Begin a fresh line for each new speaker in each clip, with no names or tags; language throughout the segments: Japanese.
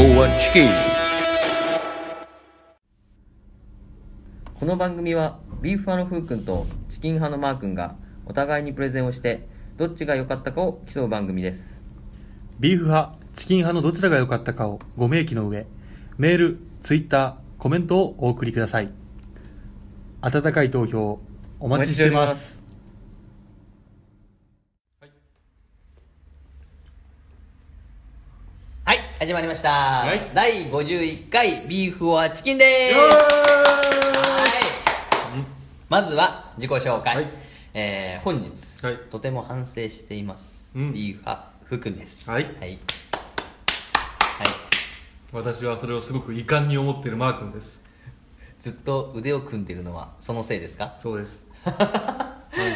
OK この番組はビーフ派のふうくんとチキン派のマーくんがお互いにプレゼンをしてどっちが良かったかを競う番組です
ビーフ派、チキン派のどちらが良かったかをご明記の上、メール、ツイッター、コメントをお送りください。温かい投票、お待ちしてます。
はい、始まりました。
い
第51回ビーフオアチキンでーす。はいまずは自己紹介。
はい
えー本日、
はい
とても反省しています。
うん
ビーフ派福君です。
はい
はい。はい
私はそれをすごく遺憾に思っているマー君です。
ずっと腕を組んでるのはそのせいですか
そうです。反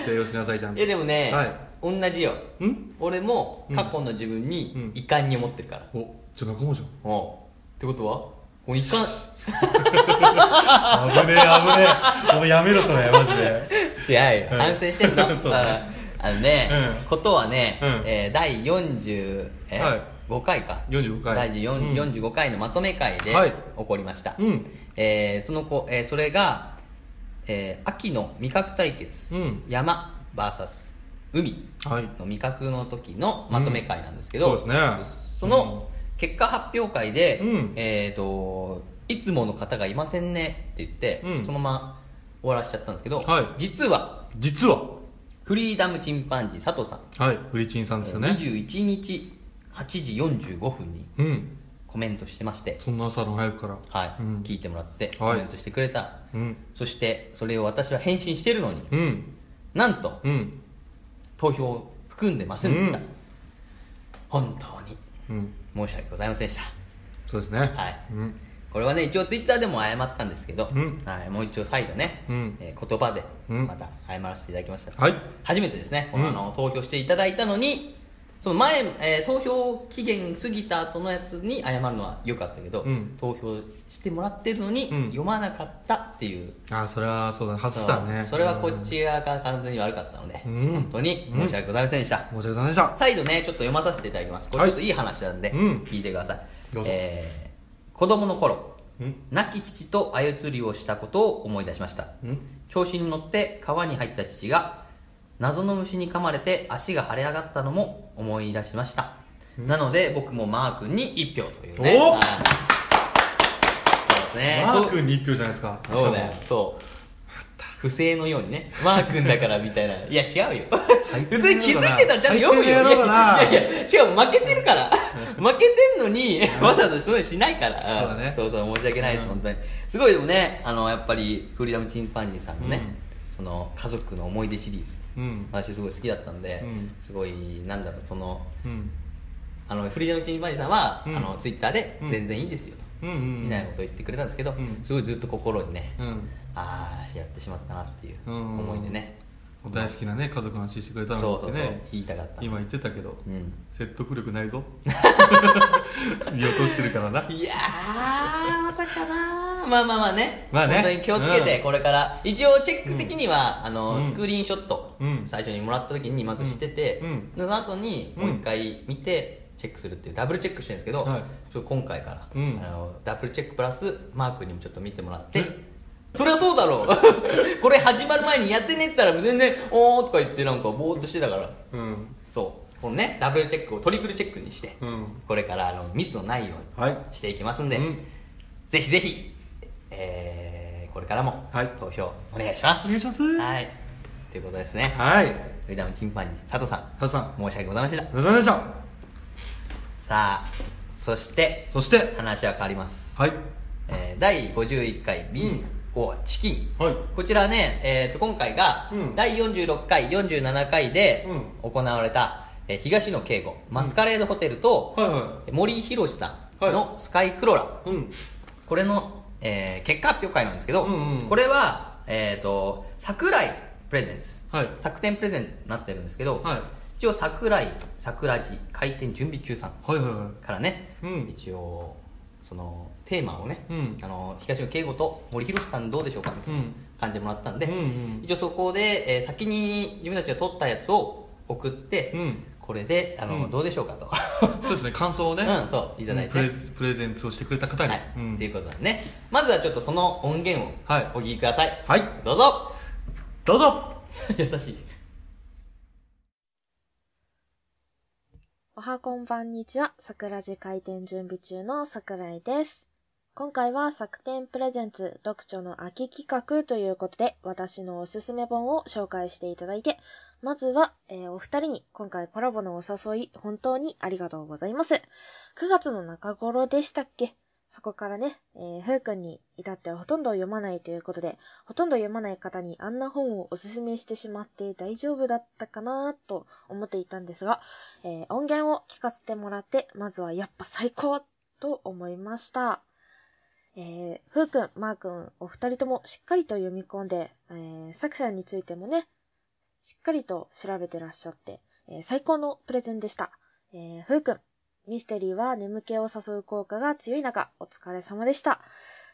省をしなさいじゃん
いやでもね、
はい。
同じよ。
ん
俺も過去の自分
うん
に遺憾に思ってるから。
お、ちょ、仲間じ
おうってことはもう遺 憾、
ゃん。危ねえ、危ねえ。もうやめろ、それ、マジで。
違うよ
うん
反省してんの
そうね
あのね、
うん
ことはね、
うん
えー第45
はい
回か
45回
第4
うん
45回のまとめ会で
はい
起こりました、
うん
えーその子、えーそれが、えー秋の味覚対決、
うん
山 VS 海
はい。
の味覚の時のまとめ会なんですけど、
うんそうですね
その結果発表会で、
うん
えっ、といつもの方がいませんねって言って、
うん
そのまま終わらしちゃったんですけど、
はい
実は
実は、
フリーダムチンパンジー佐藤さん、
はい、フリチンさんですよね。
21日8時45分に
うん。
コメントしてまして、
そんな朝の早くから。
はい
うん
聞いてもらって
はい
コメントしてくれた、
うん。
そしてそれを私は返信してるのに、
うん。
なんと
うん。
投票を含んでませんでした、
うん
本当に
うん。
申し訳ございませんでした
そうですね。
はい
うん。
これはね一応ツイッターでも謝ったんですけど、
うん
はい、もう一応再度ね、
うん
えー言葉で
うん
また謝らせていただきました、
はい
初めてですね、
うん
あの投票していただいたのにその前、えー投票期限過ぎた後のやつに謝るのは良かったけど、
うん
投票してもらってるのに
うん
読まなかったっていう、
あー、それはそうだね。初だ
そ
ね。
うそれはこっち側が完全に悪かったので、
うん
本当に申し訳ございませんでした、
うん。申し訳ございませんでした。
再度ねちょっと読まさせていただきますこれ
はい
ちょっといい話なんで、
うん
聞いてください、
どうぞ
えー子供の頃
うん
亡き父と鮎釣りをしたことを思い出しました
うん
調子に乗って川に入った父が謎の虫に噛まれて足が腫れ上がったのも思い出しましたなので僕もマー君に1票というね
おっ
はいそうですね
マー君に一票じゃないですか。
そうそうだよそう不正のようにねマー君だからみたいないや違うよ
最低
普
な
通に気づいてたらちゃんと読むよい
最低な野郎だな
やいやしかも負けてるから負けてんのにわざわざそのしないから
そうだね
そうそう申し訳ないです、
うん
本当にすごいでもねあのやっぱりフリーダムチンパンジーさんのね、
うん
その家族の思い出シリーズ、
うん
私すごい好きだったんで、
うん
すごいなんだろうその
うん。
あのフリーダムチンパンジーさんは、
うん
あのツイッターで
うん
全然いいですよと、
うんうんうん
みたいなことを言ってくれたんですけど、
うん
すごいずっと心にね、
うん。
ああやってしまったなっていう
うん
思いでね、
お大好きなね、家族の話してくれた
そう
の
そ
っ
う
て
そう
ね。
言いたかった
今言ってたけど、
うん
説得力ないぞ。 見落としてるからな。
いやー、まさかなー。まあまあまあね。
まあね
本当に気をつけて、
うん
これから。一応、チェック的には、あの、
うん
スクリーンショット、
うん
最初にもらった時にまずしてて、
うんうん
でその後に、もう一回見て、チェックするっていう、ダブルチェックしてるんですけど、
はい
ちょっと今回から、
うん
あの、ダブルチェックプラス、マークにもちょっと見てもらって、そりゃそうだ ろうこれ始まる前にやってねって言ったら全然「おー」とか言ってなんかぼーっとしてたから
うん。
そうこのねダブルチェックをトリプルチェックにして、
うん
これからあのミスのないよう
はい
にしていきますんで、
うん
ぜひぜひ、えーこれからも
はい
投票お願いします、
お願いします
はいということですね
はい。
フリーダムチンパンジー佐藤さん
ハルさん、あ
申し訳ございませんでした
りがとうございました。
さあそして
そして、
話は変わります、
はい。
えー第51回ビーフ・オア・チキン、
はい
こちらね、えー、と今回が
うん
第46回、47回で行われた、えー東野圭吾マスカレードホテルと、
はいは
森博さんのスカイクロラ、
い。うん。
これの、えー結果発表会なんですけど、
うんうん
これは、えー、と桜井プレゼンツ、
はい
作展プレゼンになってるんですけど、
はい
一応桜井桜地開店準備中さん
はいはいは
からね、
うん
一応そのテーマをね、
うん
あの東野圭吾と森博さんどうでしょうかみたいな
うん
感じでもらったんで、
うんうん
一応そこで、えー先に自分たちが撮ったやつを送って、
うん
これであの、
うん
どうでしょうかと
そうですね感想をね、
うんそういただいて
うんプレプレゼンツをしてくれた方に、
はい、
うん
っていうことだねまずはちょっとその音源を
はい
お聞きください、
はい
どうぞ
どうぞ
優しい
おはこんばんにちは、桜寺開店準備中の桜井です。今回は作典プレゼンツ読書の秋企画ということで、私のおすすめ本を紹介していただいて、まずは、えーお二人に今回コラボのお誘い、本当にありがとうございます。9月の中頃でしたっけそこからね、えー、ふうくんに至ってはほとんど読まないということで、ほとんど読まない方にあんな本をおすすめしてしまって大丈夫だったかなと思っていたんですが、えー音源を聞かせてもらって、まずはやっぱ最高と思いました。えー、ふうくん、まーくん、お二人ともしっかりと読み込んで、えー作者についてもね、しっかりと調べてらっしゃって、えー最高のプレゼンでした。えー、ふうくん、ミステリーは眠気を誘う効果が強い中、お疲れ様でした。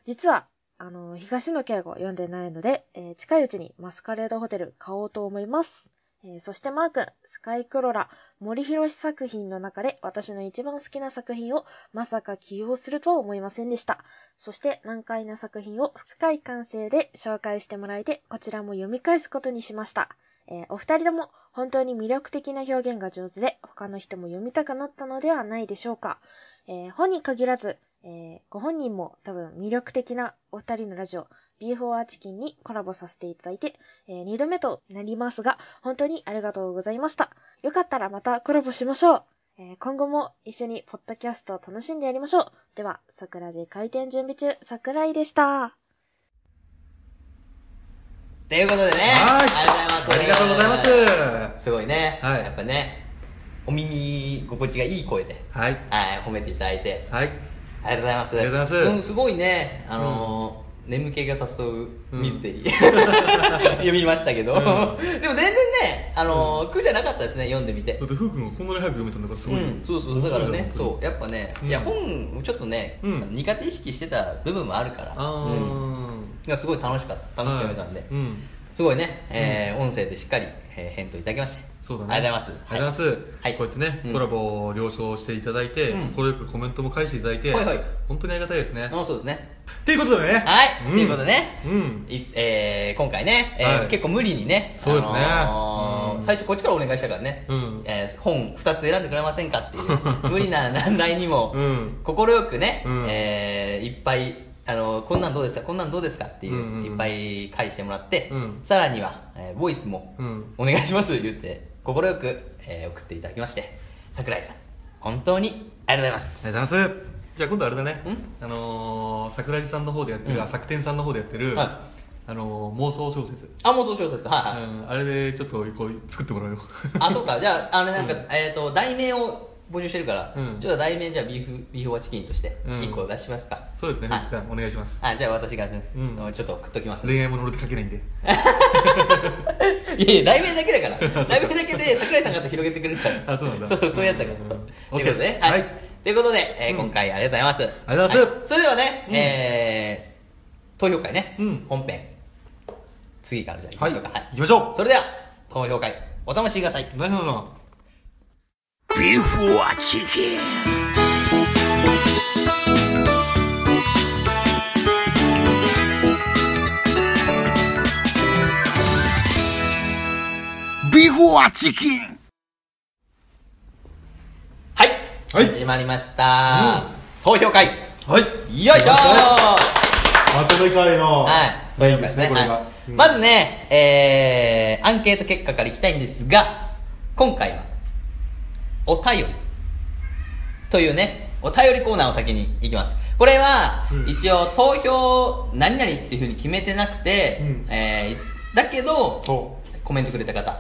実は、あの、東野敬吾読んでないので、えー近いうちにマスカレードホテル買おうと思います。えーそしてマー君、スカイクロラ、森博作品の中で私の一番好きな作品をまさか起用するとは思いませんでした。そして難解な作品を深い感性で紹介してもらえて、こちらも読み返すことにしました。えーお二人とも本当に魅力的な表現が上手で、他の人も読みたくなったのではないでしょうか。えー本に限らず、えーご本人も多分魅力的なお二人のラジオ、ビーフォアチキンにコラボさせていただいて、え2度目となりますが、本当にありがとうございました。よかったらまたコラボしましょう。えー今後も一緒にポッドキャストを楽しんでやりましょう。では、桜寺開店準備中、桜井でした。
ということでね
あ
あ
り
り
が
が
と
と
う
うご
ござ
ざ
い
い
ま
ますすすごいね、
はい
やっぱねお耳心地がいい声で、
はい
はい、褒めていただいて
はい
ありがとうございます。
ありがとうございます
んすごいね、あのー眠気が誘う
うん
ミステ リー、読みましたけど、
うん
でも全然ね、あのー苦じゃなかったですね、読んでみて
だ。ってふうくんがこんなに早く読めたんだからすごいよ、
うん、そうそうだからね
面白いよ本当に
そうやっぱね、
うん
いや本をちょっとね、
うん
苦手意識してた部分もあるから、
あー
うんいやすごい楽しかった楽しく読めたんで、
はいうん
すごいね、えー音声でしっかり、えー返答いただきまして
そうだね
ありがとうございます
ありがとうございます、
はい
こうやってね、
うん
コラボを了承していただいて
うん
快、よくコメントも返していただいて、
はいはい
本当にありがたいですね
あそうですね
っていうことでね
はい、
ん
ということでね、
うん
いえー今回ね、えー
はい
結構無理にね
そうですね
あのー
うん
最初こっちからお願いしたからね、
うん
えー本2つ選んでくれませんかっていう 無理な難題にも
うん
快、くね、
うん
えーいっぱいあのーこんなんどうですかこんなんどうですかっていう,、
うんうんうん
いっぱい返してもらって、
うん
さらには、えーボイスも、
うん
お願いします言って快く、えー送っていただきまして桜井さん本当にありがとうございま
あ
す
りがとうございますじゃあ今度あれだねあのー、桜地さんの方でやってる、
うん
あ作天さんの方でやってる、
はい
あのー、妄想小説、
あもうそう小説はい、はい
うん、あれでちょっとこう作ってもらうよ
あそうかじゃああれなんか、えっ、と題名を募集してるから、
うん
ちょっと題名じゃあビーフビーフォアチキンとして
うん
1個出しますか、
そうですね
はい
藤木さんお願いします
あじゃあ私が、
うん
ちょっと送っときます、
恋愛物俺って書けないんで
いやいや題名だけ だから題名だけで桜井さんがと広げてくれるから
あそうなんだ
そうそういうやつだから、
うん
ということでね
OK
はい、
はい
ということで、えー
うん
今回ありがとうございます
ありがとうございます
はそれではね、
うん
えー、投票会ね、
うん
本編次からじゃあいきま
はい
しょうか、
行きましょ
それでは投票会お楽しみくださいう
ナイスナイスナイス
ビーフはチキンビーフはチキン
はい、
はい
始まりました、投票会よ
はい
いしょー
まとめ会の
はい、
メインですね
投票
こ
会
れが、
はい
うん
まずね、えー、アンケート結果からいきたいんですが今回はお便りというねお便りコーナーを先に行きますこれは、
うん
一応投票何々っていうふうに決めてなくて、
うん
えーだけど
そう
コメントくれた方
あ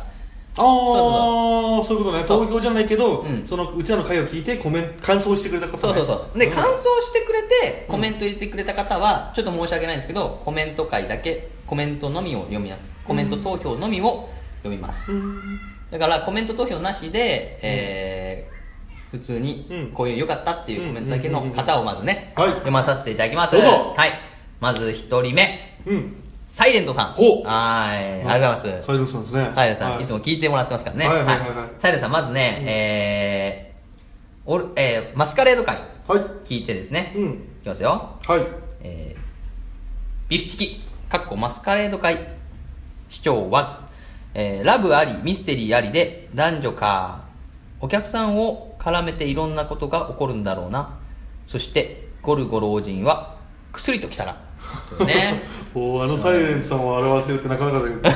あそういうことね
そう
投票じゃないけど、
うん
そのうちらの回を聞いてコメント感想してくれた方、ね、
そうそうそうで、
ん
感想してくれてコメント入れてくれた方はちょっと申し訳ないんですけどコメント会だけコメントのみを読みますコメント投票のみを読みます、
うん
だからコメント投票なしで、えー普通
うん
にこういう良かったっていうコメントだけの
うんうんうんうん
方をまずね、
はい
読まさせていただきます
どうぞ
はいまず1人目
うん
サイレントさん。
ほう
はーい。ありがとうございます。
サイレントさんですね。
サイレントさん、、
はい
つも聞いてもらってますからね。
はいはいはいはい
サイレントさん、まずね、えー、オル、えー、マスカレード会、
はい。
聞いてですね。
うん
いきますよ。
はい。
えー、ビフチキ、かっこマスカレード会、視聴わず、えー、ラブあり、ミステリーありで、男女か、お客さんを絡めていろんなことが起こるんだろうな。そして、ゴルゴ老人は、薬ときたな。ね。
おーあのサイレントさんを表せるってなかなかだ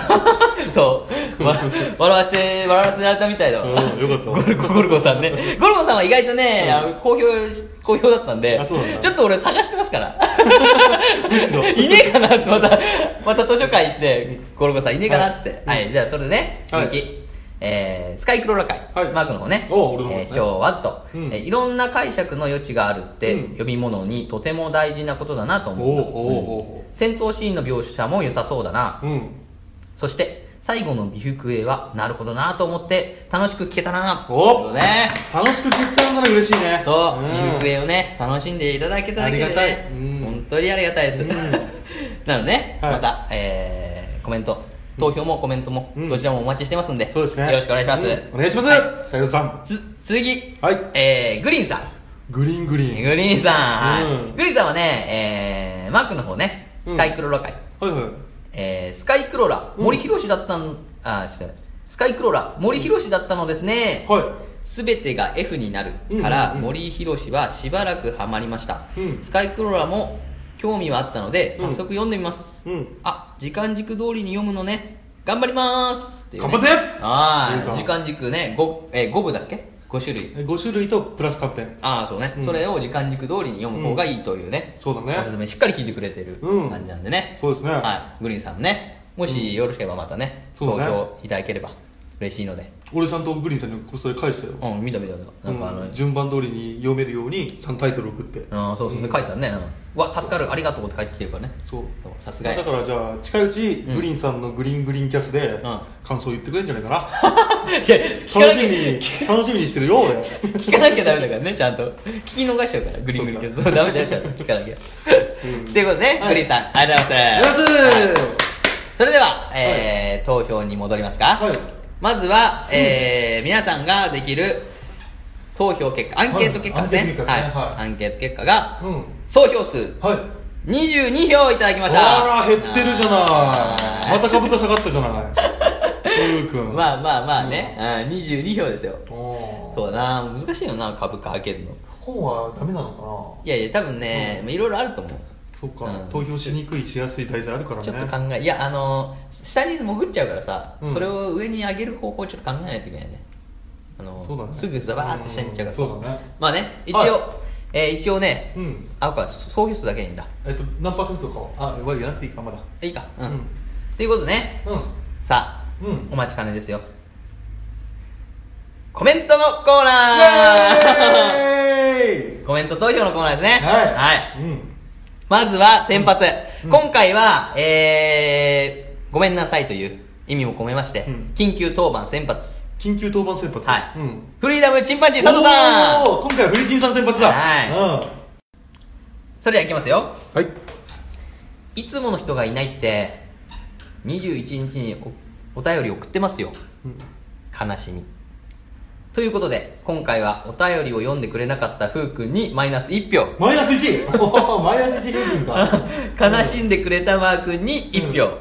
けど。
そう、わ笑わせて、笑わせられたみたいだ。
うんよかった
ゴ
わ
ルゴ、ゴルゴさんね。ゴルゴさんは意外とね、あの好評、好評だったんで
あそうなんだ、
ちょっと俺探してますから。
むしろ。
いねえかなって、また、また図書館行って、ゴルゴさんいねえかなってって。はい、じゃあそれでね、続
は
き。えースカイクローラ会、
はい
マークの方ね、
お俺の方
え
で
ー
すね
今日わずと、
うん
えーいろんな解釈の余地があるって、
うん
読み物にとても大事なことだなと
おー
思った
お
戦闘シーンの描写も良さそうだな
ーおーうん。
そして最後の美福絵はなるほどなと思って楽しく聞けたな
お
とね
楽しく聞いてたなら嬉しいね。
そう、
ん
美福絵をね楽しんでいただけただけで、ね、
ありがたいうん
本当にありがたいです、
うん
なのでね、
はい
また、えーコメント投票もコメントも、
うん
どちらもお待ちしてますんで
そうですね。
よろしくお願いします、
うんお願いします。サイレントさん。
つ続き、
はい
えーグリーンさん
グリーングリーン。
グリーンさん、
うん
グリーンさんはね、えーマークの方ねスカイクロロ会、
はいはい。
えースカイクローラ、
うん
森博氏だったの、あ、違う。スカイクローラ、森博氏だったのですね。
は
すべてが F になる
うんうんうん
から、森博氏はしばらくハマりました。
うん
スカイクローラも興味はあったので、
うん
早速読んでみます。
うん
あ、時間軸通りに読むのね。頑張りますっていうね
頑張ってそうそ
は
う
い。時間軸ね、5、えー、5部だっけ ?5 種類。
い。5種類とプラス短編。
ああ、そうね、
うん
それを時間軸通りに読む方がいいというね。
そうだね
おすすめしっかり聞いてくれてる
うん
感じなんでね。
そうですね
はい。グリーンさんもね、もしよろしければまたね、
そう
投
だね
票いただければ嬉しいので。
俺ちゃんとグリーンさんにそれ返したよ。
うん、見た見た見た。なんかあの、
うん順番通りに読めるようにちゃんとタイトル送って
ああそうそう、
うん
書いてあるね。うん、うわ、助かる、ありがとうって書いてきてるからね。
そう
さすがや
だからじゃあ近いうち
ん
グリーンさんのグリーングリーンキャスで
ん
感想言ってくれるんじゃないか な
いや、 聞かな
楽し
き
み
ゃ
に楽しみにしてるよ俺
聞かなきゃダメだからね、ちゃんと。聞き逃しちゃうから、グリーングリーンけど。そう、ダメだよ、ちゃんと聞かなきゃ。
う ん
ということでね、
はい
グリーンさん、ありがとうござい
や
ます。
す
それでは、えー投票に戻りますか、
はい
まずは、えー皆さんができる投票結果アンケート結果ですね,、
はいア
アンケート結果が、
うん
総票数
はい
22票いただきました
あら減ってるじゃないまた株価下がったじゃないふうくん
まあまあまあね、うん22票ですよ
おー
そうだな難しいよな株価上げるの
本はダメなの
いやいや多分ね、まあいろいろあると思う
かなそっ
う
か
ん
投票しにくいしやすい題材あるから
ちょっと
ね
考えいやあの下に潜っちゃうからさ、
うん
それを上に上げる方法をちょっと考えないといけないねあの
そうだね
すぐザバーって下に行っちゃうからさ
うんそうだね
まあね一応、
はい
えー一応ね、
うん
あこれ総票数だけでいいんだ
えっと何パーセントかはあは言わなくていいかまだ
いいかうん、
うん
ということでね
う
さあ、
うん
お待ちかねですよコメントのコーナ
ん
ー
イエー イ
コメント投票のコーナーですね
はい。
はい
うん。
まずは先発、
うん
今回は、えー、ごめんなさいという意味も込めまして、
うん
緊急当番先発
緊急登板先発。
はい、
うん。
フリーダムチンパンジー佐藤さん
おー今回はフリチンさん先発だ。
はいそれではいきますよ
うん。はい。
いつもの人がいないって21日におお便り送ってますよ
うん
悲しみということで今回はお便りを読んでくれなかったふうくんにマイナス1票
マイナス1。おーマイナス1平均か。
悲しんでくれたマー君に1票、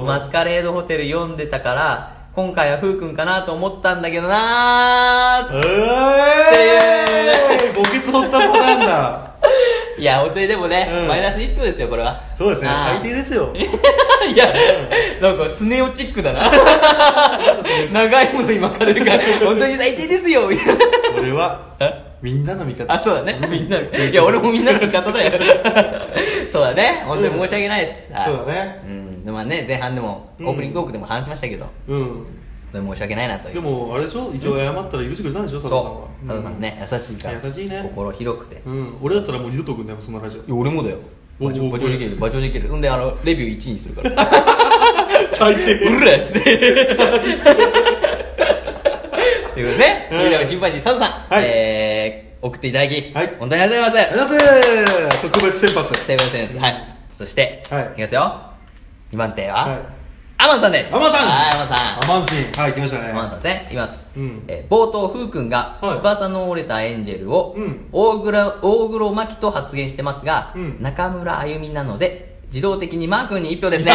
うん。
マスカレードホテル読んでたから今回はふうくんかなと思ったんだけどなー
えー墓穴掘ったパターンだ。
いや本当にでもね、
うん
マイナス1票ですよこれは
そうですね。
あー
最低ですよ。
いや、なんかスネオチックだな。長いものに巻かれるから、本当に最低ですよ。みたいな
俺は、みんなの味方。
あ、そうだね。みんな、いや、俺もみんなの味方だよ。そうだね。本当に申し訳ないです。はい
そうだね。
うん。でもまあね、前半でも、オ
うん
ープニングトークでも話しましたけど、
うん。
本当に申し訳ないなという。
でも、あれでしょ一応謝ったら許してくれたんでしょ佐藤さん
そ
は。
う。たださんね、優しいから。
優しいね
心広くて。い
うん。うん。俺だったらもう二度と送んないもん、そんなラジオ。
や、俺もだよ。
お
バチョ
お
バチョできる、バチョできる。んで、あの、レビュー1位にするから。
最低。
うるらっ つって。ということで、ね、それではチンパンジー佐藤さん、
はい
えー、送っていただき、
はい
本当にありがとうござい
あ
ま
り
す。
がとうございます特別先発
セブンセンス、はい。そして、
はい
いきますよ。 2番手は、
はい
アマンさんです
アマンさん
はいアマンさん
アマンシン
はい、来ました
アマンさん
ね。
ですねいきます、
うん
えー冒頭ふうくんが、
はい
翼の折れたエンジェルを、
うん
大黒大黒摩季と発言してますが、
うん
中村あゆみなので自動的にマー君に1票です ね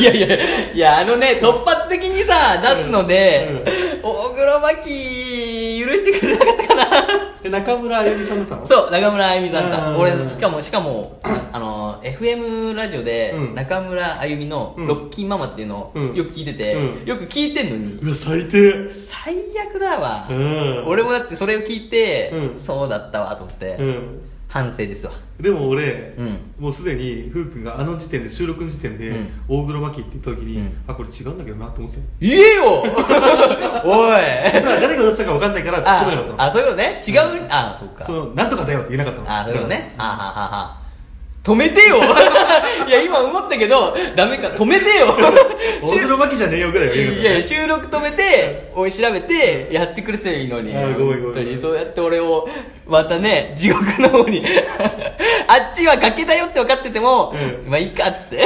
いやいやいやあのね突発的にさ出すので、大黒摩季許してくれなかったかな
え、中村あゆみさんだったのう。
そう、中村あゆみさん
うんうん
だ。
うん
俺、しかも、しかも、あの、FM ラジオで
う、ん
中村あゆみの
うん
ロッキーママっていうのを
うん
よく聞いてて
う、ん
よく聞いてんのに、
うわ、最低。う
最悪だわ。
ん。
俺もだってそれを聞いて
う、ん
そうだったわと思って
う、ん。
反省ですわ。
でも俺、
うん
もうすでに、ふうくんがあの時点で、収録の時点で、
うん
大黒摩季って言った時に、
うん
あ、これ違うんだけどなって思ってたよ。
言えよ おい
だから誰が歌ってたか分かんないから、突っ込めなかったの。
あ、あそういうことね違うあ、そう
そ
か。
の、なんとかだよって言えなかったの。
あ、そういうことね。あははは。止めてよ いや、今思ったけど、ダメか、止め てよ
大黒摩季じゃねえよぐらいは言えなかっ
い
た
や
の。
いや収録止めておい調べてやってくれてるのに
あーごめんごめん
本当にそうやって俺をまたね地獄の方に あっちは崖だよって分かってても、
う
まあいいかっつって、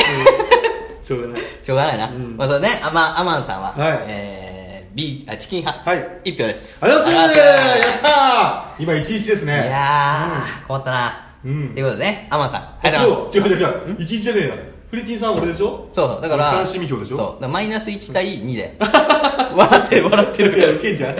しょうがない。
しょうがないな、
うん
まあそうねアマアマンさんは、
はい
えー、B あチキン派、
はい
一票です
ありがとうございます
あ
よっしゃー今11です
い
ね。
やー、困ったな
うん
ということでねアマンさんありがとうございます
違う違う違う違う。11じゃねえな。フリティンさんは俺でしょ
そうそうだから
三種未票でしょ
そうだからマイナス1対2で笑ってる 笑って
いや、
る
ウケんじゃん。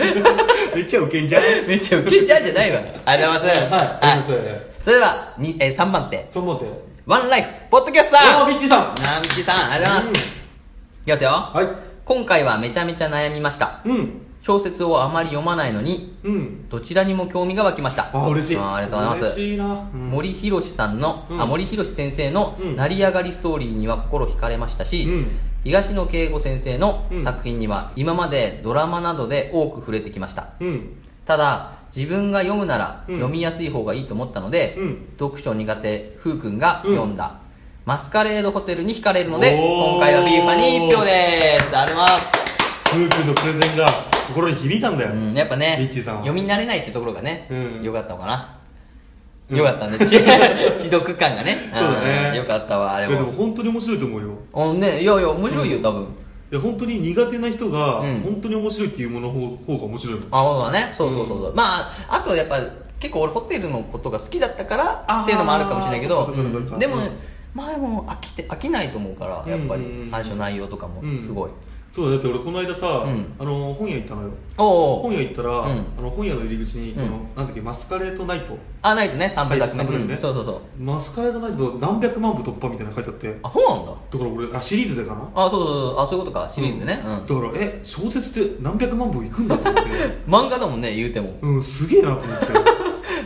めっちゃウケんじゃん。
めっちゃウケちゃうんじゃないわありがとうございます
はい、ありがとうございます。
それでは、にえー、3番手、
その手。
ワンライフ、ポッドキャスタ
ああ、
ー
ビッチーさ
ナミキさん、ありがとうございます。いきますよ。
ん。はい。
今回はめちゃめちゃ悩みました。
うん。
小説をあまり読まないのに、
うん。
どちらにも興味が湧きました。
ああ、嬉しい。
ありがとうございます。
嬉しいな。うん
森博さんの、
うん
あ森博先生の
うん
成り上がりストーリーには心惹かれましたし、
うん
東野圭吾先生の
うん
作品には今までドラマなどで多く触れてきました。
うん。
ただ自分が読むなら
うん
読みやすい方がいいと思ったので、
うん
読書苦手ふうくんが
うん
読んだ、マスカレードホテルに惹かれるので
おー
今回はビーファに1票ですあります、
ふうくんのプレゼンが心に響いたんだよ
う。ん、やっぱね
リッチーさんは
読み慣れないってところがね、
うん
よかったのかな、
うん
よか ったね知読感がね
そうだね
んよかったわあ
いや、
れ
で
も
も本当に面白いと思うよ。
あねいやいや面白いよ多分、
いや、本当に苦手な人が、
うん
本当に面白いっていうものの方が面白いもん。
あそうだねそうそうそう、うまああとやっぱ結構俺ホテルのことが好きだったからっていうのもあるかもしれないけ
あー
ど
そうかそうかそうか
でも、
うん
まあでも飽きて飽きないと思うからやっぱ
うんうんう
り
ん
最初内容とかも
うん
すごい、
そうだ、だって俺この間さ、
うん
あの、本屋行ったのよ。
おうお
本
う
屋行ったら、
うん
あの本屋の入り口に、こ
う
の、なんだっけ、マスカレートナイト。
あないとね3部作目
最初三部作目ね
うんそうそうそう
マスカレートナイト何百万部突破みたいなの書いてあって、
あそうなんだ
だから俺、あ、シリーズでかな
あそうそうそうあそういうことかシリーズでね、うん
だからえ小説って何百万部いくんだと思って
漫画だもんね言うても
うんすげえな と思って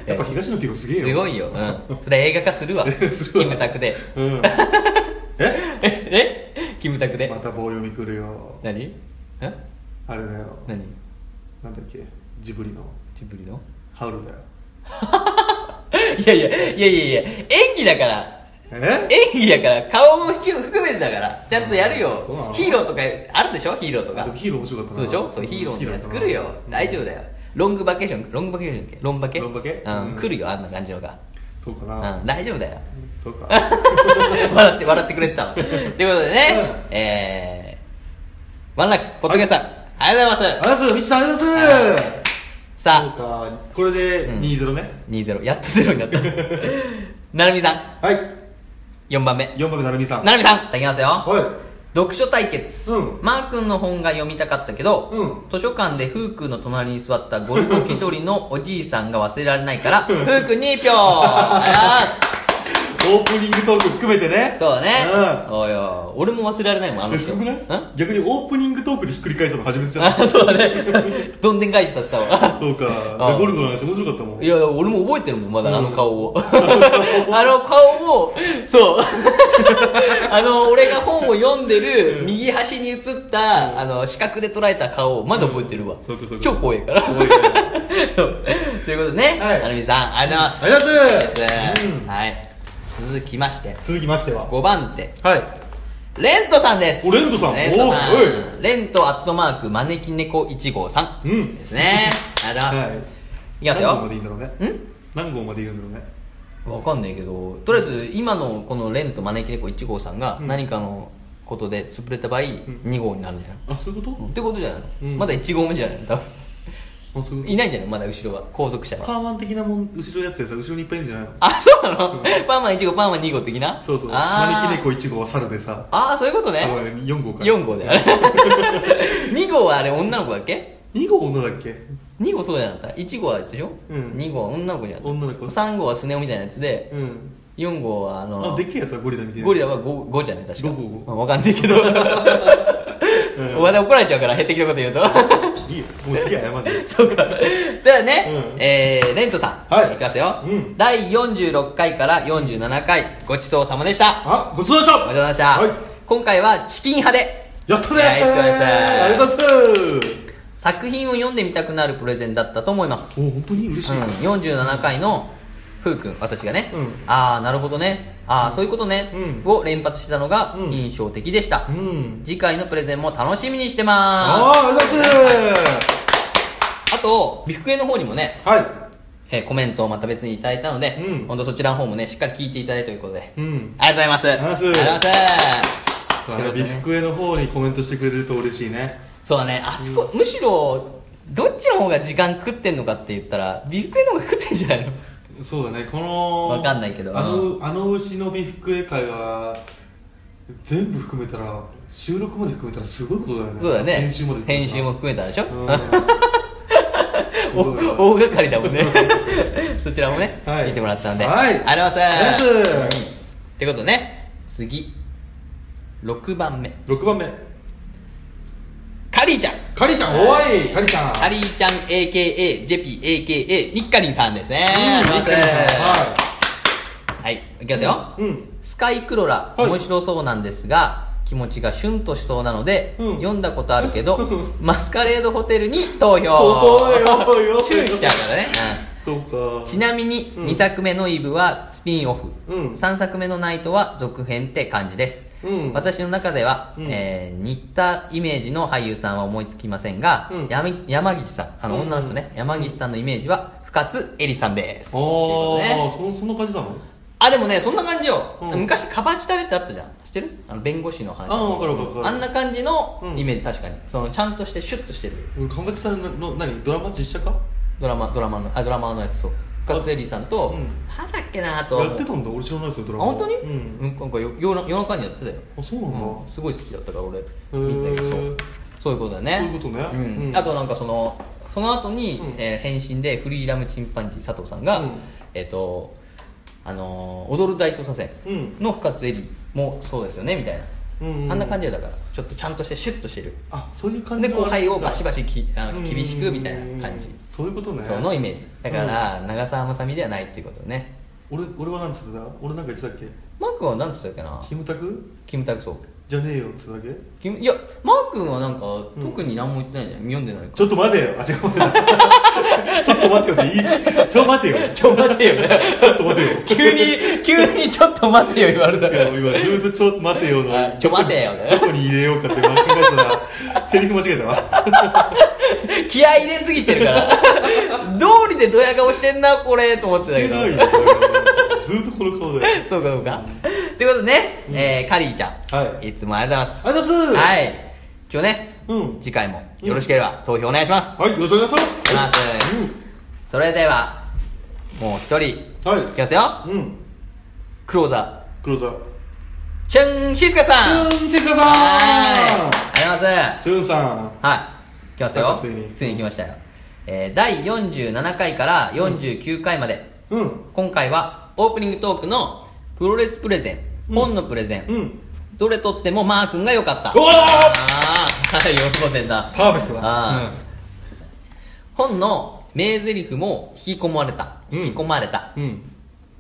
やっぱ東野圭吾すげえよ
すごいよ、 うん、それ映画化するわ
する
キ
わ
ムタク で
うん え
えキムタクで、
また棒読み来るよ
何え
あれだよ
何
なんだっけジブリの
ジブリの
ハウルだよ
いやいや、いやいやいや、演技だから。
え
演技だから、顔も含めてだから、ちゃんとやるよ
そうなの。
ヒーローとか、あるでしょヒーローと
あで
か
も。ヒーロー面白かったな
そうでしょそう、ヒーローのやつ作るよ。大丈夫
よ
だよ。ロングバケーション、ロングバケーションだっけロンバケ
ロンバケ
うん、
うん
来るよ、あんな感じのが。
そうか
う、
なん
大丈夫だよ。
そうか
笑って、笑ってくれてたわ。ということでね、えー、ワンライフ、ポッドキャストさん、ありがとうござい
あ
ます。
ざすみちさんあざす
はい
そう
さあ、
かこれで
うん
20ね
20、やっと0にな った。なるみさん、
はい
4番目。
4番目なるみさん
なるみさん、いただきますよ。
は
読書対決、
うん
マー君の本が読みたかったけど、
う
図書館でフー君の隣に座ったゴルゴ気取りのおじいさんが忘れられないから、フー君2票ありがとうございます
いオープニングトーク含めてね
そうだね
ん、
おいおい俺も忘れられないもんあの
え
人
すごくない
ん
逆にオープニングトークでひっくり返したの初めてじゃない
あそうだねどんでん返しさせたわ
そうか
あ
でゴルゴの話面白かったもん
いやいや俺も覚えてるもんまだあの 顔をあの顔をそう あの俺が本を読んでる右端に映ったあの視覚で捉えた顔をまだ覚えてるわ
そうかそうか
超怖いから
覚えてるあ
そうということでね、
はい
なるみさん、ありがとうござい
り
ま。
がとうございますうん
はい。続きまして、
続きましては
5番手、
はい
レントさんです。
おレントさん
レントさ
おおい
ん。レントアットマーク、招き猫1号さん。
うん
ですね。ありがとうございます。
はい
いきます
何号ま
よ
でいいんだろうね
ん
何号まで言うんだろうね
わかんないけどとりあえず今のこのレンと招き猫1号さんが何かのことで潰れた場合2号になるんじゃない、
あそういうこ
ってことじゃないの、
うん
まだ1号目じゃないの多分
とあそういうこと
いないんじゃないまだ後ろは後続者は
パーマン的なもん後ろやつでさ後ろにいっぱいいるんじゃないの
あそうなの、パンマン1号パンマン2号的な
そうそう
あ
招
ー
き猫1号は猿でさ
あーそういうことね
4号から
4号だよ2号はあれ女の子だっけ
2号女だっけ
2号そうじゃなかった1号はあいつでしょ、
うん
2号は女の子じゃなかった
女の子
3号はスネ夫みたいなやつで
うん
4号はあの
あでっけえやつはゴリラみたいな
ゴリラは 5, 5じゃない確か
五五五
わかんないけどまだ怒られちゃうから減ってきたこと言うと
いいよもう次は謝んで
そうかではね、
うん
えー、レントさん、
はい
きますよ、
うん
第46回から47回ごちそうさまでした
あごちそう
お
さ
めで
まで
とうございました、
はい
今回はチキン派で
やったね
はいありがとうございます
ありがとうございます
作品を読んでみたくなるプレゼンだったと思います
お本当に嬉し
う
い、
ん、47回のふうくん私がね、
うん
ああなるほどねああ、そういうことね、
うん
を連発したのが
うん
印象的でした、
うん
次回のプレゼンも楽しみにしてます
ああありがとうございます
あと美福江の方にもね、
は
えーコメントをまた別にいただいたので、
うん
本当そちらの方もねしっかり聞いていただいたということで、
いうん
ありがとうございます
ありがとうござ
あり
います
がとうございます
まあね
とい
美
うことでね
福江の方にコメントしてくれると嬉しいね
そうだねあそこ、むしろどっちの方が時間食ってんのかって言ったら美福江の方が食ってんじゃないの
そうだねこの
わかんないけど
あのあの牛の美福江会は全部含めたら収録まで含めたらすごいことだよね
そうだね
編集まで含めたら
編集も含めたでしょ、
うんすごい わ
お大掛かりだもんね そちらもね、
はい
見てもらったんで、
はい
ありがとうございます
ありがとうございます
ってことでね次6番目
6番目
カリーちゃん
カリちゃんおいカリちゃん
カリーちゃん AKA ジェピ AKA ニッカリンさんですね
うん
ありがとうございます
は
はいいきますよ、
いうん
スカイクロラ、
はい
面白そうなんですが気持ちがシュンとしそうなので、
うん
読んだことあるけ どマスカレードホテルに投票
おいおいおい
シュンしちゃうからね、うん
そうか
ちなみに
うん
2作目の「イブ」はスピンオフ、
うん
3作目の「ナイト」は続編って感じです、
うん
私の中では、
うん
えー似たイメージの俳優さんは思いつきませんが、
うん
やみ山岸さんあの
うんうん
女の人ね、山岸さんのイメージは深津絵里さんです
あ
ということ
あ
でね
そそんな感じなの
あでもねそんな感じよ、
うん
昔カバチタレってあったじゃん知ってるあの弁護士の話
あーわかるわかるわか
あ
る
んな感じの
うん
イメージ確かに、そのちゃんとしてシュッとしてる
うんかまちさんのの何ドラマ実写化
ドラマドラマのあドラマーのやつそう深津絵里さんと、
うん
なんだっけなあと
やってたんだ俺知らないですよド
あ
ラマ
本当に、
うん
うん、なんかよ夜な夜中にやってたよ、
あそうなんだ
うんすごい好きだったから俺
ー
見てたけどそうそういうことだね
そういうことね
ん
うん
あとなんかそのその後に、
うん
えー返信でフリーダムチンパンジー佐藤さんが、
うん
えっ、とあのー踊る大捜査線
うん
の深津絵里もそうですよねみたいな、
うんうん
あんな感じだからちょっとちゃんとしてシュッとしてる
あそういう感じ
で
の
後輩をバシバシきあ
う
の
ん
厳しくみたいな感じ
そういうことね
そのイメージだから、長澤まさみではないっていうことね
俺俺は何つってた俺なんか言ってたっけ
マー君は何つったっけな
キムタク
キムタクソウ
じゃねえよっつってたっけ
君いやマー君はなんか、特に何も言ってないじゃん読んでない
ち
か
ょっと待てよあ違う待て ちょっと待てよっていいちょ待てよ
ちょっと待てよ
ちょっと待てよ
急に急にちょっと待てよ言われた
いや今ずっとちょっと待てよ
はい
の
ちょ待てよね
どこに入れようかって間違え たらセリフ間違えたわ
気合入れすぎてるから 道理でドヤ顔してんなこれと思ってたけ
して
ど
ないよずっとこの顔だよ
そうかそうかということでね、えーカリーちゃん、
はい
いつもありがとうございます
ありがとうございます
はい一応ね、
うん
次回もよろしければ投票お願いします、
はいよろしくお願いします
お願いしますそれではもう一人い
うんはい
きますよ
うん
クローザ
黒沢
ーチュンシスカさん
シスカ
はーいありがとうございます
しゅんさん
はい。来ますよ。
ついに
ついに来ましたよ。えー、第47回から49回まで、
うん
今回はオープニングトークのプロレスプレゼン、
うん
本のプレゼン、
うん
どれとってもマー君が良かった。
おお
ああ、はい、喜んでんだ。
パーフェクトだ
あー本の名台詞も引き込まれた。
うん
引き込まれた。
うんうん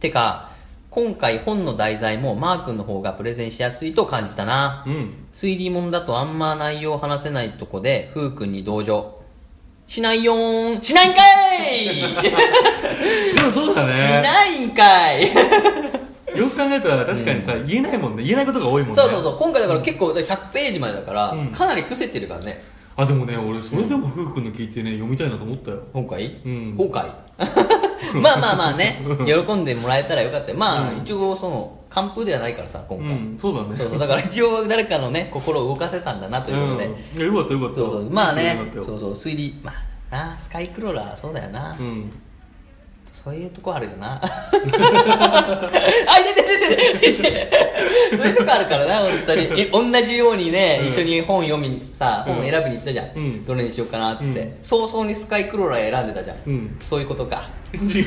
てか、今回本の題材もマー君の方がプレゼンしやすいと感じたな。
うん
推理物だとあんま内容を話せないとこで、ふうくんに同情。しないよーんしないんかいし
でもそうだね
ないんかい
よく考えたら確かにさ言えないもんね言えないことが多いもんね
そうそうそう、今回だから結構100ページまでだから、
うん
かなり伏せてるからね。
あでもね俺それでも福君の聞いてね読みたいなと思ったよ
今回
うん
今回
う
まあまあまあね喜んでもらえたらよかったよまあ、
うん
一応その完封ではないからさ今
う
回、
んそうだね
そうそうだから一応誰かのね心を動かせたんだなということで、
うんいやよかったよかった
そうそうまあね
よかった
そ
よ
うそう推理まあなスカイクローラーそうだよな、
うん
そういうとこあるよな あいててててててそういうとこあるからな本当にい同じようにね、
うん
一緒に本読みにさ
うん
本選びに行ったじゃん、
うん
どれにしようかなっつって、
う
早々にスカイクローラー選んでたじゃん、
うん
そういうことか
違うよ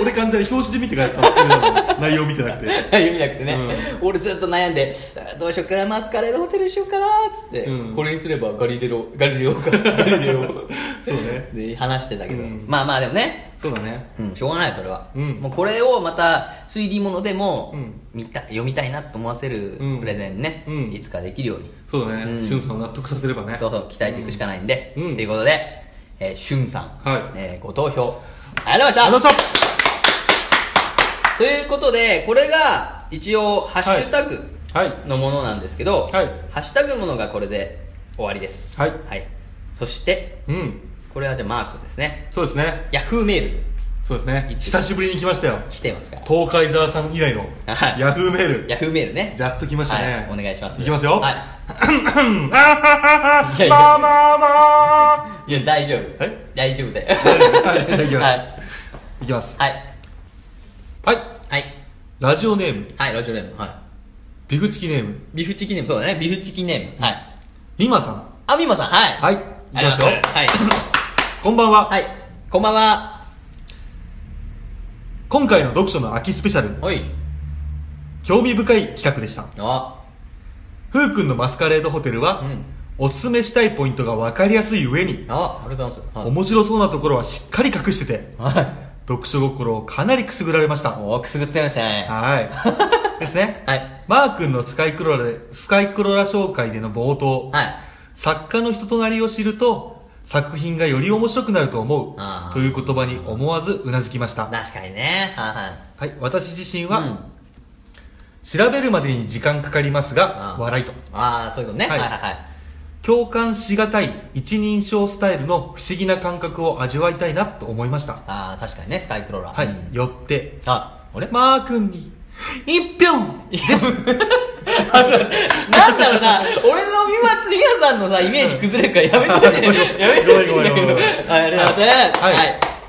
俺完全に表紙で見て帰ったの内容見てな くて
読みなくてね、俺ずっと悩んであどうしようかなマスカレードホテルにしようかなっつって、
うん
これにすればガリレ ロガリレオかガリレオ
そうね
で話してたけど、
うん
まあまあでもね
そうだね
うん、しょうがないそれは、
うん
もうこれをまた推理物でも
うん
見た読みたいなと思わせる
うん
プレゼンね、
うん
いつかできるように
そうだ
うん
ねしゅんさんを納得させればね
そうそう鍛えていくしかないんで、
うん
ということで、えー、しゅんさん、
はい
えーご投票ありがとうござい
あ
ま
の
した
さ
ということでこれが一応ハッシュタグ
はい
のものなんですけど、
はい
ハッシュタグものがこれで終わりです
はい
そして
うん
これはじゃあマー君ですね
そうですね
ヤフーメール
そうですね久しぶりに来ましたよ
来てますから
東海沢さん以来の
はい
ヤフーメール
ヤフーメールね
やっと来ましたね
はい、お願いします
いきますよ
はいやいや
いまあまあまあ
いや 大丈夫
え
大丈夫だよ
はいじゃあいきます
はい
いきます
はい
はい
はい
ラジオネーム
はいラジオネームはい
ビフチキネーム
ビフチキネームそうだねビフチキネームはい
リマさん
あみまさんはい
はいいき
ありがと
ま
う
す
ご
よ
ざいますはい
こんばんは
はいこんばんは
今回の読書の秋スペシャル
おい
興味深い企画でした
あ
ふうくんのマスカレードホテルは、
うん
おすすめしたいポイントが分かりやすい上に
あありがとうございます
面白そうなところはしっかり隠してて
はいはい
読書心をかなりくすぐられました
おくすぐってましたね
はい ですね、
はい
マー君のスカイクロラでスカイクロラ紹介での冒頭、
はい
作家の人となりを知ると作品がより面白くなると思
あー
うという言葉に思わずうなずきました
確かにねはいはい
はい私自身は、
うん
調べるまでに時間かかりますが
あー
笑いと
ああそういうことねは
はいい
はいはい
共感しがたい一人称スタイルの不思議な感覚を味わいたいなと思いました
ああ確かにねスカイクローラー
はい、
うん
よって
ああれ
マー君に一票です
なんだろうな、俺のみまつ、みやさんのさ、イメージ崩れるからやめてほしい。やめてほしいんだけ
ごめんごめ
ど。
んごめん
はい、ありがとうございます。
は、
はいい。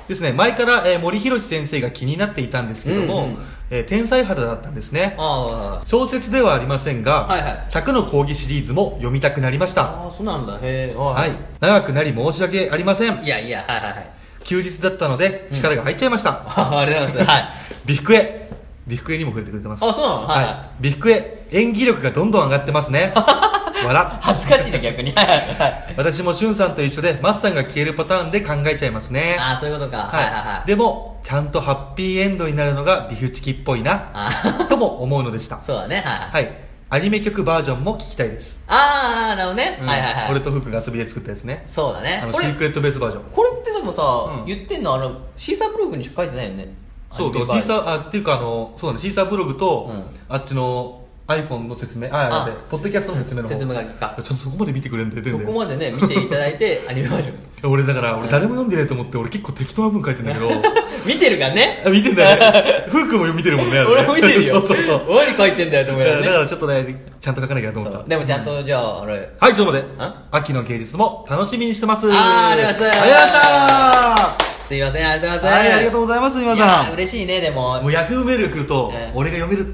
ですね前から、えー森博先生が気になっていたんですけども、
うんうん
えー天才肌だったんですね
あ
小説ではありませんが、
はいはい
100の講義シリーズも読みたくなりまし
あ。
た
ああ、そうなんだ。へえ。
は
はい
長くなり申し訳ありません
い。いやいや、はいはい はい。
休日だったので力が入っちゃいました、
ああ、ありがとうご ざいます。はい。
美福へ美福へにも触れてくれてます
あそうなのはいはい
美福へ演技力がどんどん上がってま すね笑
恥ずかしいね、逆に。はいはいはい。
私もしゅんさんと一緒でマッサンが消えるパターンで考えちゃいますね
ああ、そういうことか。はいはいはい。
でもちゃんとハッピーエンドになるのがビフチキっぽいな
あ
とも思うのでした
そうだね、はいはい。
はいアニメ曲バージョンも聞きたいです、
ああ、なるほどね。
うん
はいはいはい。
俺とフックが遊びで作ったやつね
そうだね
あ。の
これ
シ、ークレットベースバージョン
これってでもさ
う、ん
言ってんの、あの、シーサーブログにしか書いてないよね。
そう
アニメ
シ
バー
ー
ジョン
サーあっていうかあのそうだねシーサーブログと、
うん
あっちの iPhone の説明あ
あ
あでポッドキャストの説明の方
説明書きか
ちょっとそこまで見てくれんで
そこまでね、見ていただい て、アニメバージョン。
俺だから俺誰も読んでないと思って俺結構適当な文書いてんだけど あ
見てるからね。
見てんだよ ねフークも見てるもんねあれね
俺も見てるよ。
そうそうそう
何書いてんだよと思いなが
だから
ね
らちょっとねちゃんと書かなきゃなと思った
そう。でもちゃんと、じゃあ、あれ。
はい、ちょっと待っ
ん。
て
秋
秋の芸術も楽しみにしてます。
あーありがとうございます
ありがとうございまし
すいません、ありがとうございま
た。
す。
はい、ありがとうございます、皆
いや
さ
ー嬉しいね、でも
ん。も。うヤフーメール来ると
うん、
俺が読める。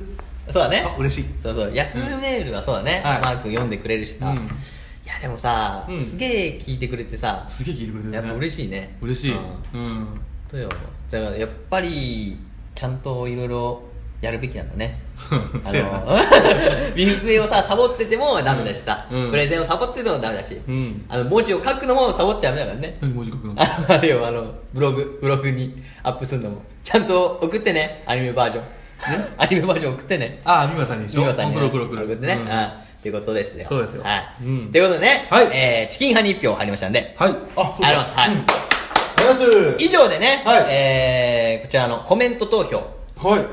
そうだね
あ。嬉しい。
そうそう。ヤフーメールはそうだね。
はい
マー君読んでくれるしさ。い
うん
や、でもさ
うん、
すげえ聞いてくれてさ、
すげえ聞いてくれてるね。
やっぱ嬉しいね。
嬉しい。
うん
うん。
そうよ。だから、やっぱり、ちゃんといろいろやるべきなんだ ね。あ
せやな
の、ビフエをさ、サボっててもダメだしさ、
うん
プレゼンをサボっててもダメだし、
うん
あの、文字を書くのもサボっちゃダメだからね。
何文字書くの
あのあるよ、あの、ブログ、ブログにアップするのも。ちゃんと送ってね、アニメバージョン。 アニメバージョン送ってね。
あー、美和さんにしよう。
美和さんにね、
本当に送る送
送
る
ってね。
うん
あっていうことですよ。
そうですよ
はい。と、
うん
いうことでね、
はい
えーチキン派に1票入りましたんで、
はい。
ありがとうございます。はい。
あり
以上でね、
はい
えーこちらのコメント投票、
がとうございます。はい。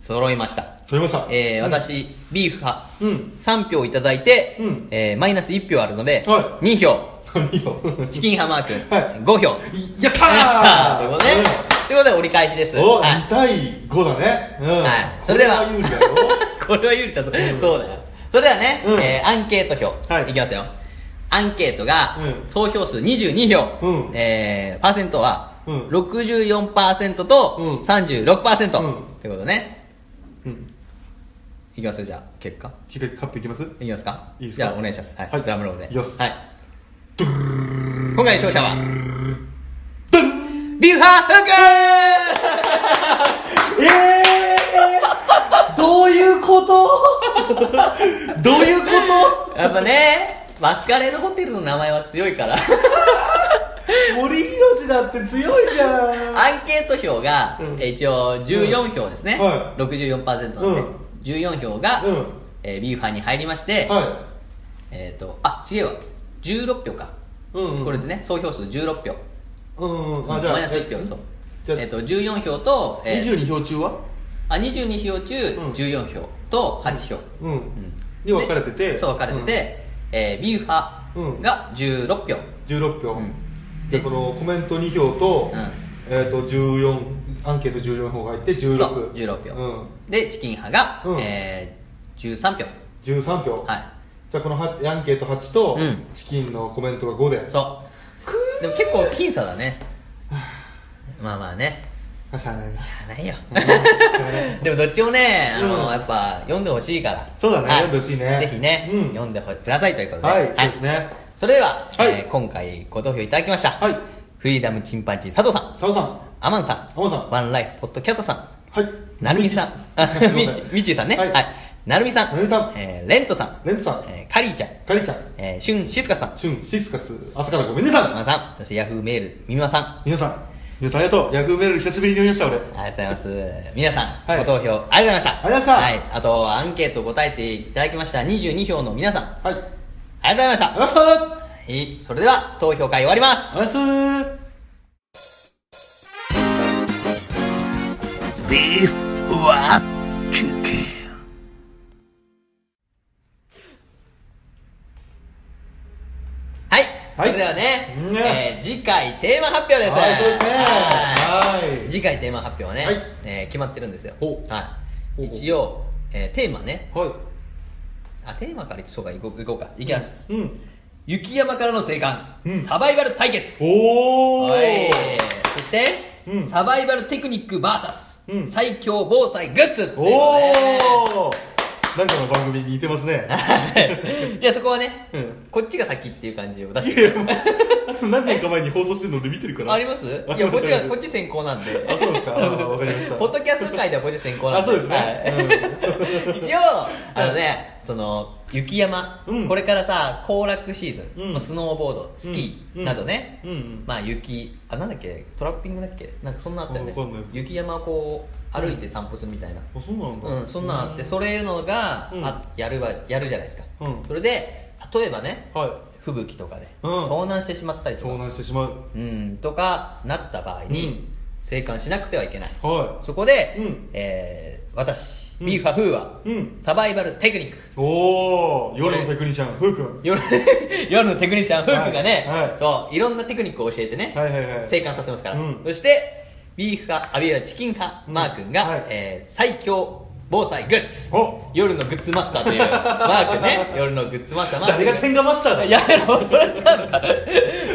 揃いました。
取れました。
えー
うん。
私、ビーフ派、
うん
3票いただいて、
うん
えーマイナス1票あるので、
は
2票、
いいよ
チキンハマー君、
はい
5票。
やった
やったーという
ー
ことで、ということで折り返しです
お、
はい
2対5だね。うん。
はいそれでは
こ有利だよ。
これは有利だぞ、そうだよそれではね、
うん
えーアンケート票、
はい
い、きますよアンケートが、
うん
投票数22票、
うん
えーパーセントは、
うん
64%と、
うん
36%、
うん
ってことね
うん。
いきますよじゃあ結果
きっかけカップいきます
いきますか
いいです
じ
か
ゃあお願いしますはい、
はい
ドラムロールで
よし
はい今回の勝者は
ドン
ビューハーフ
えーどういうことどういうこ
ークやっぱねマスカレードホテルの名前は強いから
と森博だって強いじゃん。
アンケート票が、
うん
えー一応14票ですね、
うんは
64%なんで、
うん
14票が、
うん
えービューハーに入りまして、
は
えっ、とあ違えわ16票か、
い。うん、うん。
これでね総票数16票
うん、うん。あ、じゃあ。
マイナス1票そう
じゃあ
えっ、と14票と、えー
22票中は
あ22票中
うん
14票と8票、
うん。
うん
に分かれてて。
でそう分かれてて、えービューハ
うん
が16票、
うん。16票。
うん
で、このコメント2票と、
うん
えっ、と、14、アンケート14票が入って16。
そう16票、
うん。
でチキンハが、
うん
えー13票
13票。
は
じゃあこのはアンケート8と、
うん
チキンのコメントが5で
いそうでも結構僅差だね まあまあね
あしゃあないな
しゃあないよ
うんしゃあない
でもどっちもね、あの
うん
やっぱ読んでほしいから
そうだね
はい
読んでほしいね
ぜひね、
うん
読んでほくださいということで
はい、そうですね
それでは、
はい
えー今回ご投票いただきました、
はい
フリーダムチンパンジー佐藤さん
佐藤さん
アマンさん
アマンさん
ワンライフポッドキャストさん
はい
なるみさんあ
みっちー
みっちみっちーさんね
は
はいい、なるみさん
なるみさん
えーレントさん
レンツさん
えーカリーちゃん
かりちゃん
えーシュンシスカさん
しゅんシスカス朝からごめんねさん
ママさんそしてヤフーメールみまさんあ
皆さん皆さんありがとうヤフーメール久しぶりに読みました俺
りがとうございます皆さん、
はい
ご投票ありがとうございました
ありがとうございました
はい、あとアンケート答えていただきました22票の皆さんあ
はい
りがとうございました
ありがとうございます
はい、それでは投票会終わります
ありがとうございます
ビーフはチキン。
はい、
はい
それではね、え
ね
ー次回テーマ発表です
はいそうですね
はい
はい
次回テーマ発表はね、
はい
えー決まってるんですよ
ほう
はい、
ほうほう
一応、えーテーマね
は
あテーマからいそうかいこういこうかいきます、
いうん
雪山からの生還、
うん
サバイバル対決
おー
はいそして、
うん
サバイバルテクニック VS、
うん
最強防災グッズっていうこと
お
で
おーなんかの番組に似てます ね
はいじゃあそこはね、
うん
こっちが先っていう感じを出し
い
て
やもうあの何年か前に放送してるの俺見てるから
ありますい
あり
や
ま
こ
す
っちは
あります
こっち先行なんで
あそうですかあーわかりまし た
ポッドキャスト界ではこっち先行なんで
あそうですね
はい 一応あのねその雪山、
うん
これからさ行楽シーズン、
うん
まあスノーボードスキ
うん
ーなどね、
うんうん
まあ雪あなんだっけトラッピングだっけなんかそんなあったよね
わかんない
雪山をこう歩いて散歩するみたいな、
あそうなんだ
うん、そんなんあって、そういうのが、
うん
あやるわやるじゃないですか、
うん
それで例えばね、
は
吹雪とかで、
うん
遭難してしまったり
い
と
遭
か、
難してしまう
うん、とかなった場合に、
うん
生還しなくてはいけない、
は
そこで、
うん
えー私、
うん
ビーファフーは、
うん
サバイバルテクニック
いおお夜のテクニシャンふうくん
夜 夜のテクニシャンフークがね、
はいはい
そういろんなテクニックを教えてね、
はいはいはい
生還させますから、
うん
そしてビーフ派あるいはチキン派、
うん
マー君が、
はい
えー最強防災グッズ
お
夜のグッズマスターと いうマー君ね夜のグッズマスターマー
誰
君
が天下マスターだ
いやいやもうそれは違うのか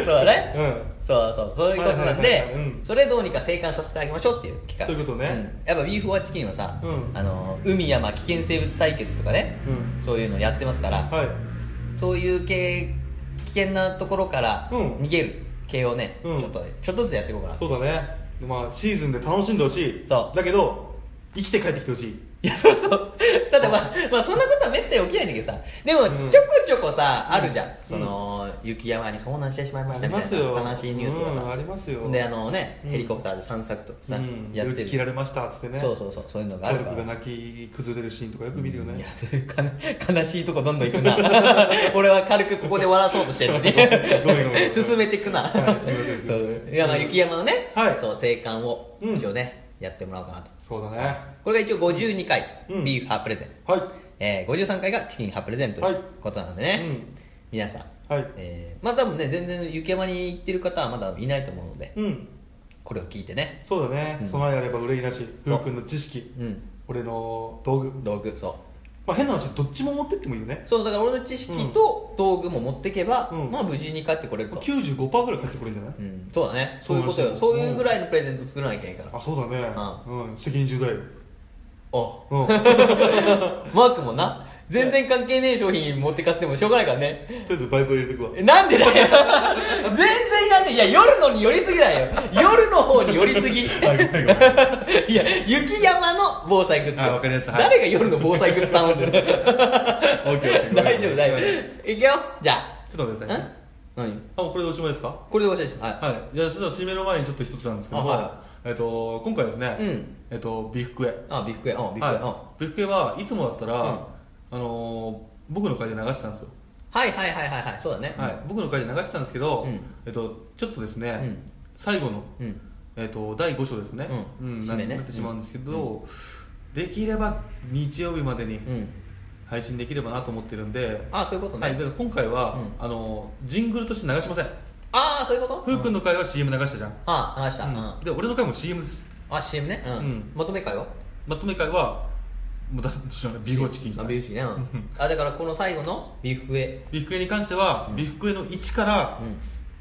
そうだね、
うん
そうそうそういうことなん
はいはいはい
で
はいうん
それどうにか生還させてあげましょうっていう企画
そういうことね
んやっぱビーフォアチキンはさ、
うん
あの海山危険生物対決とかね、
うん
そういうのやってますから、
はい
そういう系危険なところから
うん
逃げる系をね、
うん
ちょっとちょっとずつやっていこうかなと
そうだねまあシーズンで楽しんでほしい
そう
だけど生きて帰ってきてほしい
いや そうそうただまあ、まあ、そんなことはめったに起きないんだけどさでも
うん
ちょこちょこさ、あるじゃんその、雪山に遭難してしまいましたみたい
ありますよ
な悲しいニュースがさ、
うんありますよ
であのね
うん
ヘリコプターで散策とかさ、
うん
やっ
打
て
ち切ら
る
れましたっつってね
そうそうそうそういうのがあ
家
るから
族が泣き崩れるシーンとかよく見るよ
い
ね
やそういうかな悲しいとこどんどん行くな 俺は軽くここで笑わそうとしてるのに
ごめんごめん
進めていくな、
はいすいませんすいません
そういやまあ雪山のね、
はい
そう生還を
うん
一応ね、やってもらおうかなと
そうだね
これが一応52回、
うん
ビーフ派プレゼン、
はい
えー、53回がチキン派プレゼントと
はい
いうことなんでね、
うん
皆さん、
はい
えーまあ多分ね全然雪山に行ってる方はまだいないと思うので、
うん
これを聞いてね
そうだね、
うん
備えあれば憂いなしふ
そう
うくんの知識
うん
俺の道具、
道具そう
まあ、変な話どっちも持ってってもいいよね
そうだから俺の知識と道具も持ってけば、
うん
まあ無事に帰ってこれると、
95%ぐらい返ってこれるんじゃない、
うん、そうだねそういうことよ
そう
そう
なんですよ
いうぐらいのプレゼント作らなきゃいけないから
あそうだねうん、責任 重大よ
あ
うん
マークもな全然関係ねえ商品持ってかせてもしょうがないからね
とりあえずバイブ入れてくわ
え なんでだよ 全然なんでいや夜のに寄りすぎだよ夜の方に寄りすぎ
あごめんごめん
いや雪山の防災グッズ
あわかりましたはい
誰が夜の防災グッズ頼んで る
オッケーオッケー
大丈夫大丈
うん
夫いくよじゃあ
ちょっと待ってください
ん
ね
何
あもうこれでおしまいですか
これでおしゃれしたはい
はいじゃあそれでは締めの前にちょっと一つなんですけども、
あは
えっと今回ですね、
うん
えっとビフクエ
あビッグエアうんビッグエアうんは
はいビフクエはいつもだったら、あのー僕の会で流してたんですよ、
いはいはいはいはいそうだね
はい、僕の会で流してたんですけど、
うん
えっと、ちょっとですね、
ん
最後の、
うん
えっと、第5章ですね、
うん
な
締めね
なってしまうんですけど、できれば日曜日までに
うん
配信できればなと思ってるんで、
あそういうこと
はい、だ
ね
から今回は、
う
あのジングルとして流しません
ああそういうこと
ふうくん
うん
の会は CM 流したじゃん、
あ流したう
うん
ん
で俺の会も CM です
あ CM ねう
うん
んまとめ会よ
まとめ会はもうだ知らないビーフォーチキン
あビーフチキンねうんあだからこの最後のビーフクエ
ビフクエに関しては、ビフクエの1から、
うん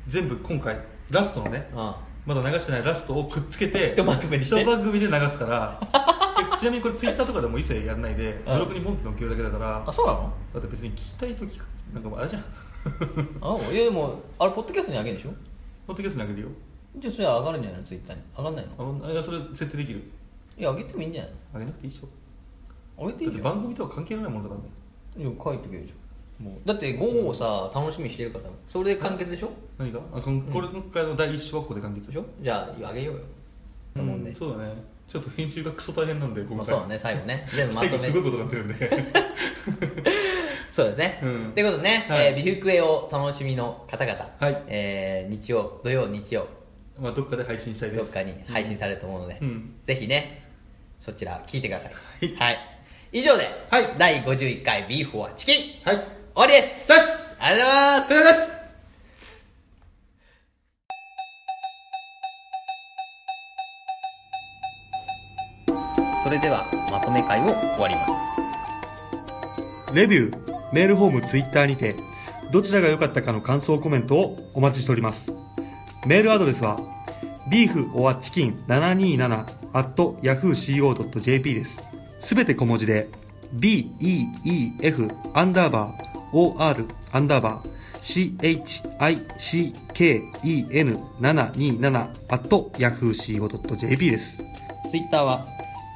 全部今回ラストのね
あ
まだ流してないラストをくっつけて
ひとまとめにして
一番組で流すから でちなみにこれツイッターとかでも一切やらないでブログにポンって載っけるだけだから
あそうなの
だって別に聞きたいときなんかもうあれじゃん
あいやでもあれポッドキャストにあげるんでしょ
ポッドキャストにあげるよ
じゃあそれ上がるんじゃないのツイッターに上がんないの
ああれそれ設定できる
いや上げてもいいんじゃない
あげなくていいでしょ
の上げてい
だっ
い
て
じゃん
番組とは関係のないものだからね
いや書いてくれるじゃんもうだって午後をさ楽しみにしてるからそれで完結でしょ
何があこんこれ今回の第一章はここで完結
でしょじゃああげようよ
う
だもん
ん
ね
そうだねちょっと編集がクソ大変なんで今回、
まあそうだね最後ね全部ま
最
と
後
め
すごいことになってるんで
そうですね。
うん
ということでね、
はい
えー美福絵を楽しみの方々、
はい
えー日曜、土曜、日曜、
まあどっかで配信したいです
どっかに配信されると思うので、
うん
ぜひね、そちら聞いてください。はい。以上で、
はい
第51回ビーフォアチキン、
はい
終わりです
さっす
ありがとうございます
さよならです
それでは、まとめ会を終わります。
レビュー、メールフォーム、ツイッターにて、どちらが良かったかの感想コメントをお待ちしております。メールアドレスは、beeforchicken727-yahooco.jp です。すべて小文字で、beef アンダーバー or アンダーバー chicken727-yahooco.jp です。
ツイッターは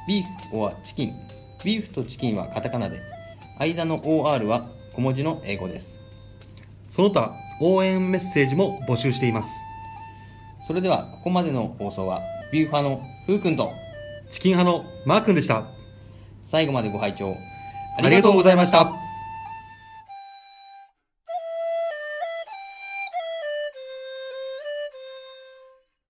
ビーフ or チキンビーフとチキンはカタカナで間の OR は小文字の英語です
その他、応援メッセージも募集しています。
それではここまでの放送はビューファのふうくんと
チキン派のマー君でした。
最後までご拝聴
ありがとうございました。